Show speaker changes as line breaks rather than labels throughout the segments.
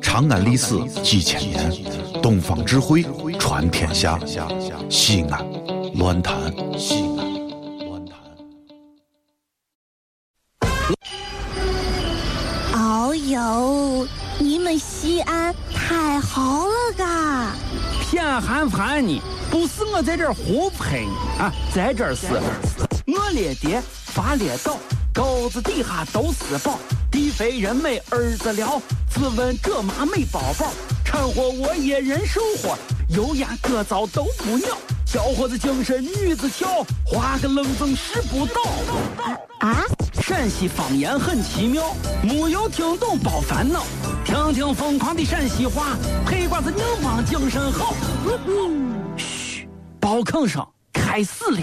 长安历史几千年，东方智慧传天下。西安，乱谈西安，乱
谈。哦呦，你们西安太好了嘎！啊
偏寒寒你，不是我在这儿胡喷你啊，在这儿是，我列爹发列倒，沟子底下都是宝。地肥人美儿子了，自问这妈没宝宝，掺和我也人生活，油盐各糟都不尿，小伙子精神女子俏，花个愣风拾不到。
啊！
陕西方言很奇妙，没有听懂别烦恼，听听疯狂的陕西话，黑瓜子硬邦精神好。嘘、嗯，包吭声开始了。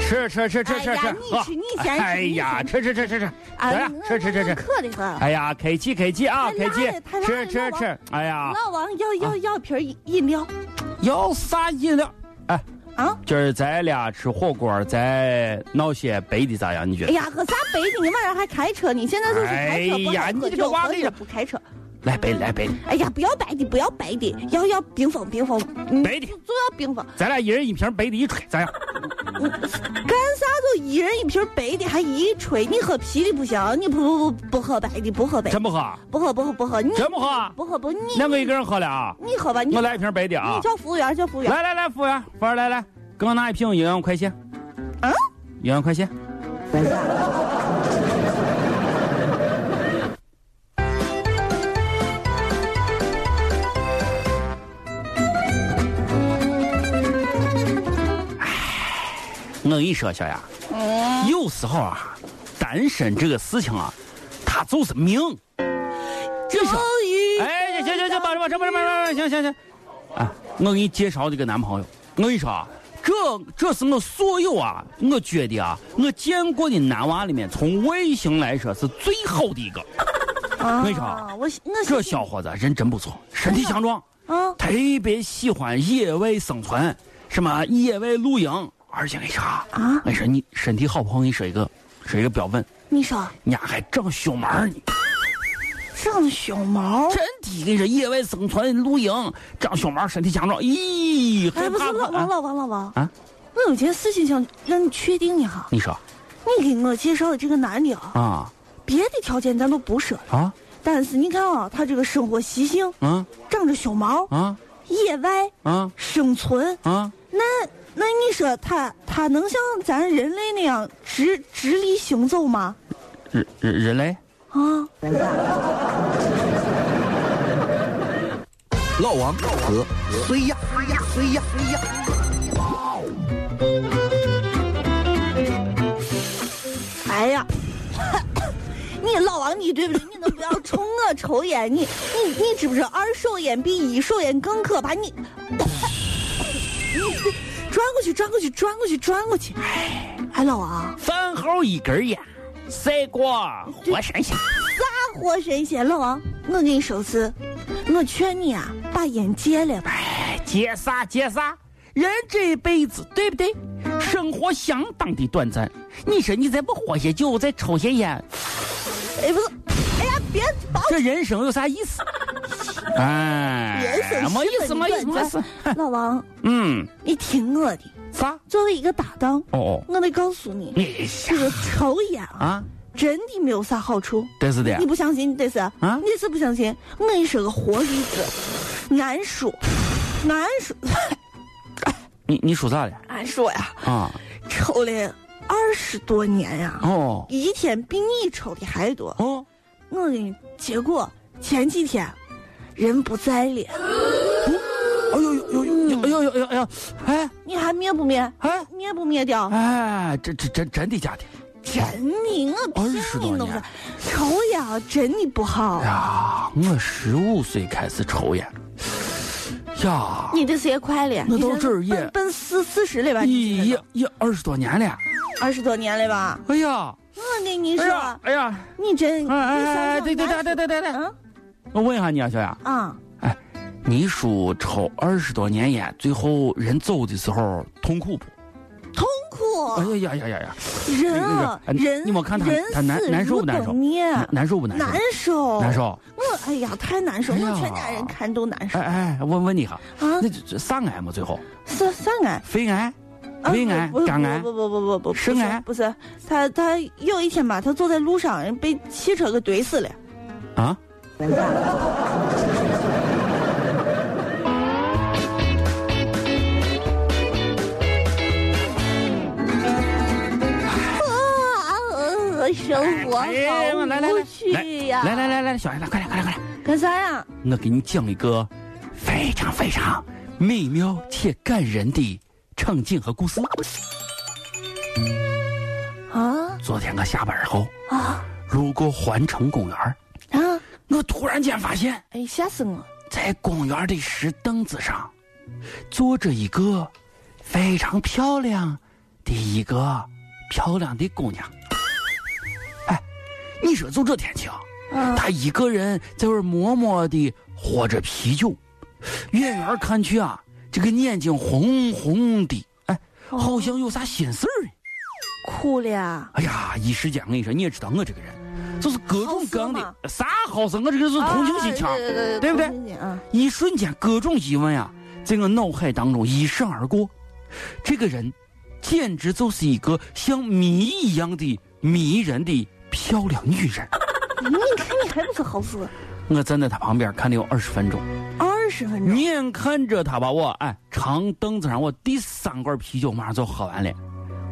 吃吃吃吃吃！
你吃你先吃！哎
呀，吃吃吃吃吃！
啊
哎，
嗯
吃吃吃吃！
渴的很。
哎呀，开机开机啊，开
哎
机！吃吃吃！哎呀，
老王要要要瓶饮料。
要啥饮料？哎
啊！
今儿咱俩吃火锅，咱哎闹些白的咋样？你觉得？
哎呀，喝啥白的？你晚上还开车呢？现在就是开车
哎呀，你这个娃
也不开车。
来白来白的！
哎呀，不要白的，不要白的，要要冰峰冰峰。
白的，
就要冰峰。
咱俩一人一瓶白的，一吹咋样？
干啥都一人一瓶白的，还一吹。你喝啤的不行，你不不不不喝白的，不喝白的。
真不喝？
不喝不喝不喝。
真不喝？
不喝不你。
那我一个人喝了啊。
你喝吧，
我来一瓶白的啊。
你叫服务员，叫服务员。
来来来，服务员，服务员来来，给我拿一瓶一元五块钱。
啊？
一元五块钱。哎我跟你说，小雅，有时候啊，单身这个事情啊，它就是命。
这是，
哎，行行行，把把这把这把这，行行行。啊，我给你介绍这个男朋友。我跟你说啊，这这是我所有啊，我觉得啊，我见过的男娃里面，从外形来说是最好的一个。
啊、
我跟你说啊，
我我
这小伙子人真不错，身体强壮，
啊，
特别喜欢野外生存，什么野外露营。而且你说啊，
我
跟你说，你身体好不好？你说一个，说一个标本。
你说，
伢还长胸毛呢，
长胸毛？
真的，跟你说，野外生存、露营，长胸毛，身体强壮。咦，
哎，不是老王，老王，老王
啊！
我有件事情想让你确定一下。
你说，
你给我介绍的这个男的啊，
啊，
别的条件咱都不说
啊，
但是你看啊，他这个生活习性，
嗯，
长着胸毛，
啊，
野外，
啊，
生存，
啊，
那。那你说他他能像咱人类那样直直立行走吗？
人人人类
啊！
老王和谁呀谁呀谁呀谁呀！
哎呀，你老王你对不对？你能不要冲我抽烟？你你你知不知道二手烟比一手烟更可怕？你。转过去，转过去，转过去，转过去。哎，哎，老王，
饭后一根烟，赛过活神仙。
啥活神仙？老王，我跟你说是，我劝你啊，把烟戒了吧。
哎，戒啥戒啥？人这一辈子，对不对？生活相当的短暂。你说你再不喝些酒，再抽些烟，
哎，不是，哎呀，别把
这人生有啥意思？哎，
人生
没意思，没意思，没意思。
老王，
嗯，
你听我的。
啥？
作为一个搭档，
哦哦，
我得告诉你，
你
这个抽烟
啊，
真的没有啥好处。
对是的。
你不相信？对是啊，你是不相信？我跟你说个活例子，俺叔，俺叔，
你你说啥了？
俺叔呀，
啊，
抽了二十多年呀，
哦，
一天比你抽的还多。
哦，
我给你，结果前几天。人不在了，
哎呦呦呦呦！哎呦呦呦呦！哎，
你还还灭不灭？
哎
灭不灭掉？
哎，这这真真的假的？
真的，我
20
骗
多
你都
年
是，抽烟真的不好。
呀，我十五岁开始抽烟，呀，
你这谁快了？
那
你
都这儿也
奔奔四四十了吧？
一一一二十多年了。
二十多年了吧？
哎呀，
我跟你
哎
说，
呀，哎呀，
你真，
哎
你
哎
想
哎，
想
对对对
咱
对对对对，
嗯
我问一下你啊，小雅，
啊，
你叔抽二十多年烟，最后人走的时候痛苦不？
痛苦
哎，呀呀呀呀呀，
人
那个
啊
哎
人，
你没看他
人
他难
死
难受
如
不难受
灯灭
难难受不难
难
受？
受，
难。受。
我哎呀，太难受，
哎呀
我全家人看都难受
哎哎，我问你一下，
啊
那！这这啥癌嘛？最后
啥啥癌？
肺癌、
啊
胃癌
不、
肝癌
不、不不不不不，
肾癌
不是不是他他有一天吧，他走在路上被汽车给怼死了。
啊？
啊，生活好
哎哎来来来
无趣呀！
来来来来，小孩子，快点快点快点！
干啥呀？
我给你讲一个非常非常美妙且感人的场景和故事。
啊
昨天我下班后
啊
路过环城公园，
啊！
我突然间发现，
哎，吓死我！
在公园的石凳子上坐着一个非常漂亮的一个漂亮的姑娘。哎，你说就这天气啊，
啊
她一个人在外默默地喝着啤酒，远远看去啊，这个眼睛红红的，哎，
哦
好像有啥心事儿呢。
哭了呀！
哎呀，一时间我跟你说，你也知道我这个人，就是各种各样
好色嘛
的啥好生，我这个人是同情心强，
啊对
对不对？
同情心啊，
一瞬间，各种疑问啊，在我脑海当中一闪而过。这个人，简直就是一个像谜一样的迷人的漂亮女人。
你看你还不是好事，
我站在她旁边看了有二十分钟，
二十分钟
眼看着她把我哎长凳子上我第三罐啤酒马上就喝完了，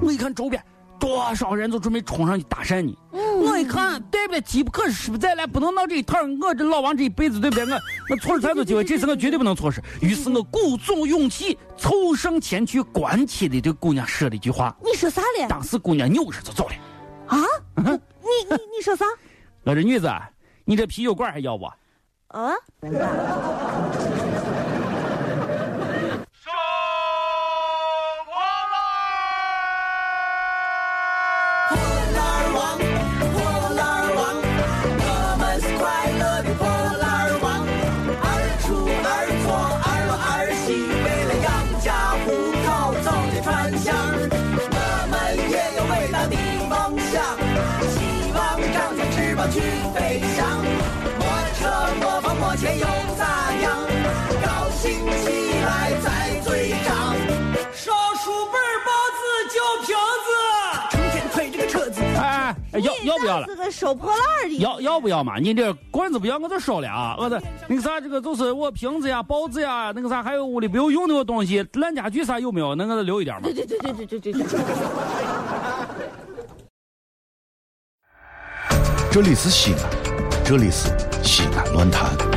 我一看周边多少人都准备冲上去搭讪你，我一看对不对，机不可失，不再来，不能闹这一套。我这老王这一辈子对不对？我我错失太多机会，这次我绝对不能错失。于是我鼓足勇气凑上前去，关切的对姑娘说了一句话。
你说啥嘞？
当时姑娘扭身就走了。
啊？你你你说啥？
我说女子，你这啤酒罐还要不？
啊？
生活啦！
哎哎，要要不要了
你那？是个收破烂的。
要要不要嘛？你这罐子不要，我就收了啊！我的那个啥，这个就是我瓶子呀、包子呀，那个啥，还有屋里不要用的东西，烂家具啥有没有？能给我留一点吗
对？对对对对对对对。
这里是西安，这里是西安乱坛。